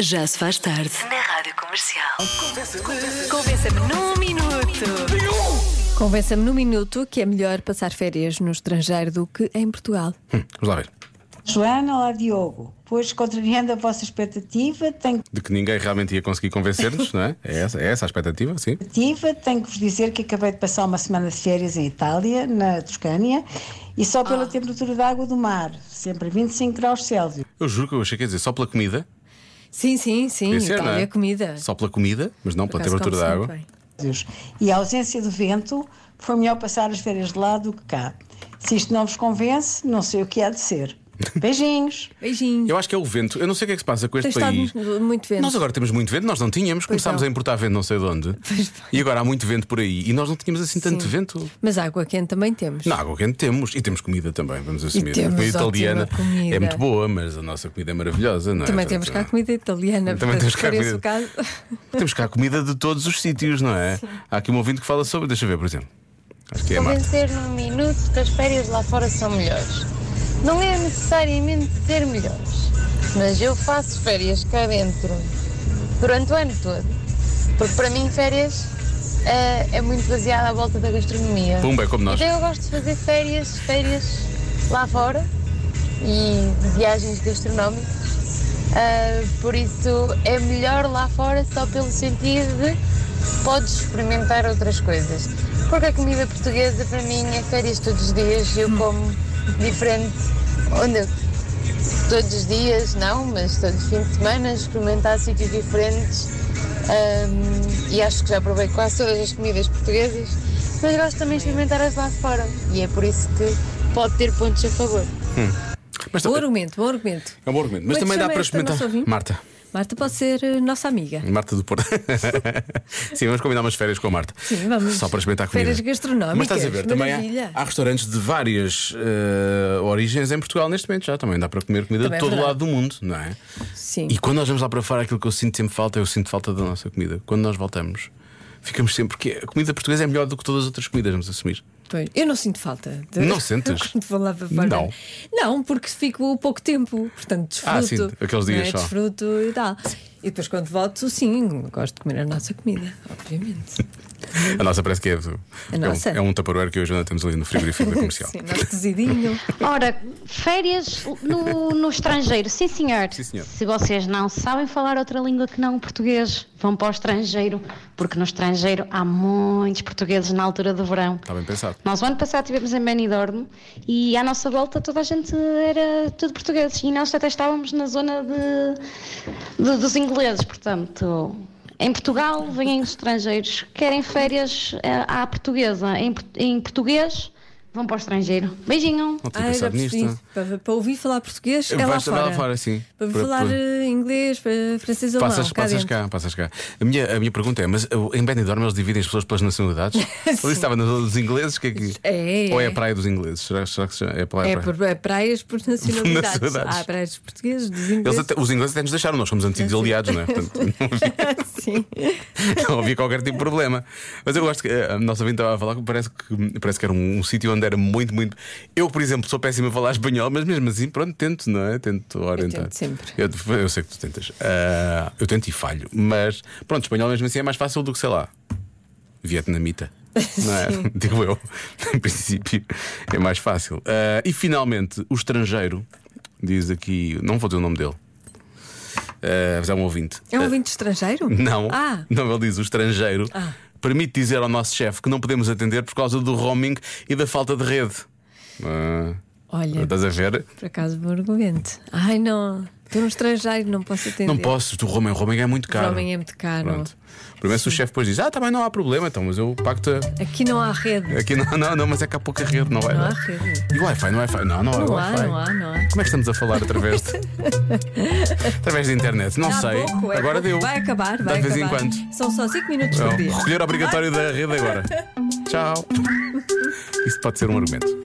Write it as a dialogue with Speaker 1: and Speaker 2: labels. Speaker 1: Já se faz tarde.
Speaker 2: na Rádio Comercial. Convença-me num minuto.
Speaker 3: Convença-me num minuto que é melhor passar férias no estrangeiro do que em Portugal.
Speaker 4: Vamos lá ver.
Speaker 5: Joana, olá Diogo. Pois, contrariando a vossa expectativa, tenho,
Speaker 4: De que ninguém realmente ia conseguir convencer-nos, não é? É essa, é essa a expectativa, sim.
Speaker 5: expectativa, tenho que vos dizer que acabei de passar uma semana de férias em Itália, na Toscânia, e só pela temperatura da água do mar, sempre 25 graus Celsius.
Speaker 4: Eu juro que eu achei, quer dizer, só pela comida.
Speaker 3: Sim, sim, sim.
Speaker 4: Devia ser,
Speaker 3: Itália,
Speaker 4: não é?
Speaker 3: comida.
Speaker 4: Só pela comida, mas não
Speaker 3: Por
Speaker 4: pela
Speaker 3: acaso
Speaker 4: temperatura da
Speaker 3: come-se
Speaker 4: água.
Speaker 3: muito bem.
Speaker 5: E a ausência do vento, foi melhor passar as férias de lá do que cá. Se isto não vos convence, não sei o que há de ser. Beijinhos!
Speaker 3: Beijinhos.
Speaker 4: Eu acho que é o vento. Eu não sei o que é que se passa com este
Speaker 3: Tem estado
Speaker 4: país.
Speaker 3: muito- muito vento.
Speaker 4: Nós agora temos muito vento, nós não tínhamos. Começámos
Speaker 3: não.
Speaker 4: a importar vento não sei de onde.
Speaker 3: Pois bem.
Speaker 4: E agora há muito vento por aí. E nós não tínhamos assim tanto
Speaker 3: Sim.
Speaker 4: vento.
Speaker 3: Mas água quente também temos.
Speaker 4: Na água quente temos. E temos comida também, vamos assumir.
Speaker 3: temos
Speaker 4: a comida
Speaker 3: ótima
Speaker 4: italiana
Speaker 3: comida.
Speaker 4: é muito boa, mas a nossa comida é maravilhosa, não é?
Speaker 3: também temos cá
Speaker 4: Portanto,
Speaker 3: comida italiana.
Speaker 4: Também
Speaker 3: portanto,
Speaker 4: temos cá
Speaker 3: se for esse
Speaker 4: comida.
Speaker 3: o caso.
Speaker 4: Temos cá comida de todos os sítios, não é? Há aqui um ouvinte que fala sobre. Deixa eu ver, por exemplo. Acho que é a Marta.
Speaker 6: Convencer num minuto que as férias lá fora são melhores. Não é necessariamente ser melhores, mas eu faço férias cá dentro durante o ano todo. Porque para mim férias eh, é muito baseada à volta da gastronomia.
Speaker 4: Pumba, é como nós.
Speaker 6: Então eu gosto de fazer férias, férias lá fora e viagens gastronómicas. Ah, por isso é melhor lá fora só pelo sentido de podes experimentar outras coisas. Porque a comida portuguesa para mim é férias todos os dias,
Speaker 4: Hum.
Speaker 6: eu como diferente onde eu todos os dias não, mas todos os fins de semana experimentar sítios diferentes Ahm, e acho que já provei quase todas as comidas portuguesas, mas gosto também de experimentar as lá fora e é por isso que pode ter pontos a favor.
Speaker 4: Mas
Speaker 3: Bom argumento, bom argumento.
Speaker 4: É um bom argumento.
Speaker 3: Como é
Speaker 4: Mas
Speaker 3: que
Speaker 4: também
Speaker 3: se
Speaker 4: dá
Speaker 3: chama
Speaker 4: para
Speaker 3: esta nossa
Speaker 4: experimentar.
Speaker 3: ouvinte?
Speaker 4: Marta.
Speaker 3: Marta pode ser eh, nossa amiga.
Speaker 4: Marta do Porto. Sim, vamos combinar umas férias com a Marta.
Speaker 3: Sim, vamos.
Speaker 4: Só para experimentar a comida.
Speaker 3: Férias gastronómicas,
Speaker 4: Mas estás a ver, também
Speaker 3: maravilha.
Speaker 4: há, há restaurantes de várias eh, origens em Portugal neste momento já. Também dá para comer comida
Speaker 3: Também é
Speaker 4: de todo o
Speaker 3: verdade.
Speaker 4: lado do mundo, não é?
Speaker 3: Sim.
Speaker 4: E quando nós vamos lá para fora, aquilo que eu sinto sempre falta, é eu sinto falta da nossa comida. Quando nós voltamos, ficamos sempre. Porque a comida portuguesa é melhor do que todas as outras comidas, vamos assumir.
Speaker 3: Pois, Eu não sinto falta. de-
Speaker 4: Não sentes?
Speaker 3: Quando vou lá para fora.
Speaker 4: Não.
Speaker 3: Não, porque fico pouco tempo. Portanto, desfruto.
Speaker 4: Ah, sim, aqueles
Speaker 3: não
Speaker 4: dias
Speaker 3: é?
Speaker 4: só.
Speaker 3: Desfruto e tal. E depois, quando volto, sim, gosto de comer a nossa comida, obviamente.
Speaker 4: A nossa parece que é. do-
Speaker 3: A
Speaker 4: é,
Speaker 3: nossa?
Speaker 4: Um, é um tupperware que hoje ainda temos ali no frigorífico da é comercial.
Speaker 3: sim, nosso cozidinho.
Speaker 7: Ora, férias no, no estrangeiro, sim senhor.
Speaker 4: Sim, senhor.
Speaker 7: Se vocês não sabem falar outra língua que não o português, vão para o estrangeiro, porque no estrangeiro há muitos portugueses na altura do verão.
Speaker 4: Está Tá bem pensado.
Speaker 7: Nós o ano passado estivemos em Benidorm e à nossa volta toda a gente era tudo portugueses e nós até estávamos na zona de, de- dos ingleses, portanto... Em Portugal, vêm os estrangeiros. Querem férias eh, à portuguesa. Em, port- em português, vão para o estrangeiro. Beijinho!
Speaker 4: Não tinha
Speaker 3: Ah, já
Speaker 4: pensado nisto.
Speaker 3: percebi. Para, para ouvir falar português, é lá
Speaker 4: Vais
Speaker 3: fora.
Speaker 4: lá fora, sim.
Speaker 3: Para
Speaker 4: Para-
Speaker 3: falar
Speaker 4: para-
Speaker 3: eh, inglês, para francês ou
Speaker 4: Passas,
Speaker 3: alemão. Cá
Speaker 4: passas
Speaker 3: dentro.
Speaker 4: cá, passas cá. A minha, a minha pergunta é: mas uh, em Benidorm eles dividem as pessoas pelas nacionalidades? Ali estava nas dos ingleses? Que é que...
Speaker 3: É.
Speaker 4: Ou é a praia dos ingleses? Será, será que se chama- é a praia?
Speaker 3: É
Speaker 4: praia?
Speaker 3: por é praias por nacionalidades.
Speaker 4: Nacionalidades.
Speaker 3: Há praias dos portugueses, dos ingleses.
Speaker 4: Eles até- os ingleses até nos deixaram, nós somos antigos aliados, não é? Portanto, não havia,
Speaker 3: Sim.
Speaker 4: não havia qualquer tipo de problema. Mas eu gosto que eh, a nossa ouvinte estava a falar que parece que, parece que era um, um sítio onde era muito, muito. Eu, por exemplo, sou péssimo a falar espanhol, mas mesmo assim, pronto, tento, não é? Tento orientar.
Speaker 3: tento sempre.
Speaker 4: Eu, eu sei que tu tentas. Ah, eu tento e falho, mas pronto, espanhol mesmo assim é mais fácil do que, sei lá, vietnamita. Não é? Digo eu, em princípio é mais fácil. Ah, e finalmente, o estrangeiro diz aqui, não vou dizer o nome dele, ah, mas é um ouvinte.
Speaker 3: É um
Speaker 4: Ah,
Speaker 3: ouvinte estrangeiro?
Speaker 4: não,
Speaker 3: Ah,
Speaker 4: não, ele diz o estrangeiro
Speaker 3: Ah.
Speaker 4: permite dizer ao nosso chefe que não podemos atender por causa do roaming e da falta de rede. Ah,
Speaker 3: olha,
Speaker 4: estás a ver?
Speaker 3: por acaso, bom argumento. Ai, não. Estou no estrangeiro, não posso atender.
Speaker 4: Não posso, o roaming, o roaming é muito caro.
Speaker 3: Roaming é muito caro.
Speaker 4: Pronto. Primeiro, se o chefe depois diz: Ah, também não há problema, então, mas eu pacto.
Speaker 3: Aqui não há rede.
Speaker 4: Aqui não, não, não, mas é que há pouca rede, não vai.
Speaker 3: Não
Speaker 4: dar.
Speaker 3: há rede.
Speaker 4: E o Wi-Fi, não é Wi-Fi? Não, não, é
Speaker 3: Não há,
Speaker 4: Wi-Fi.
Speaker 3: não há, não há.
Speaker 4: Como é que estamos a falar através de. através da internet? Não
Speaker 3: Há
Speaker 4: sei.
Speaker 3: pouco, é
Speaker 4: agora
Speaker 3: pouco.
Speaker 4: deu.
Speaker 3: Vai acabar, vai
Speaker 4: De vez
Speaker 3: acabar.
Speaker 4: em quando.
Speaker 3: São só 5 minutos
Speaker 4: É
Speaker 3: por
Speaker 4: o
Speaker 3: dia.
Speaker 4: recolher obrigatório da rede agora. Tchau. Isso pode ser um argumento.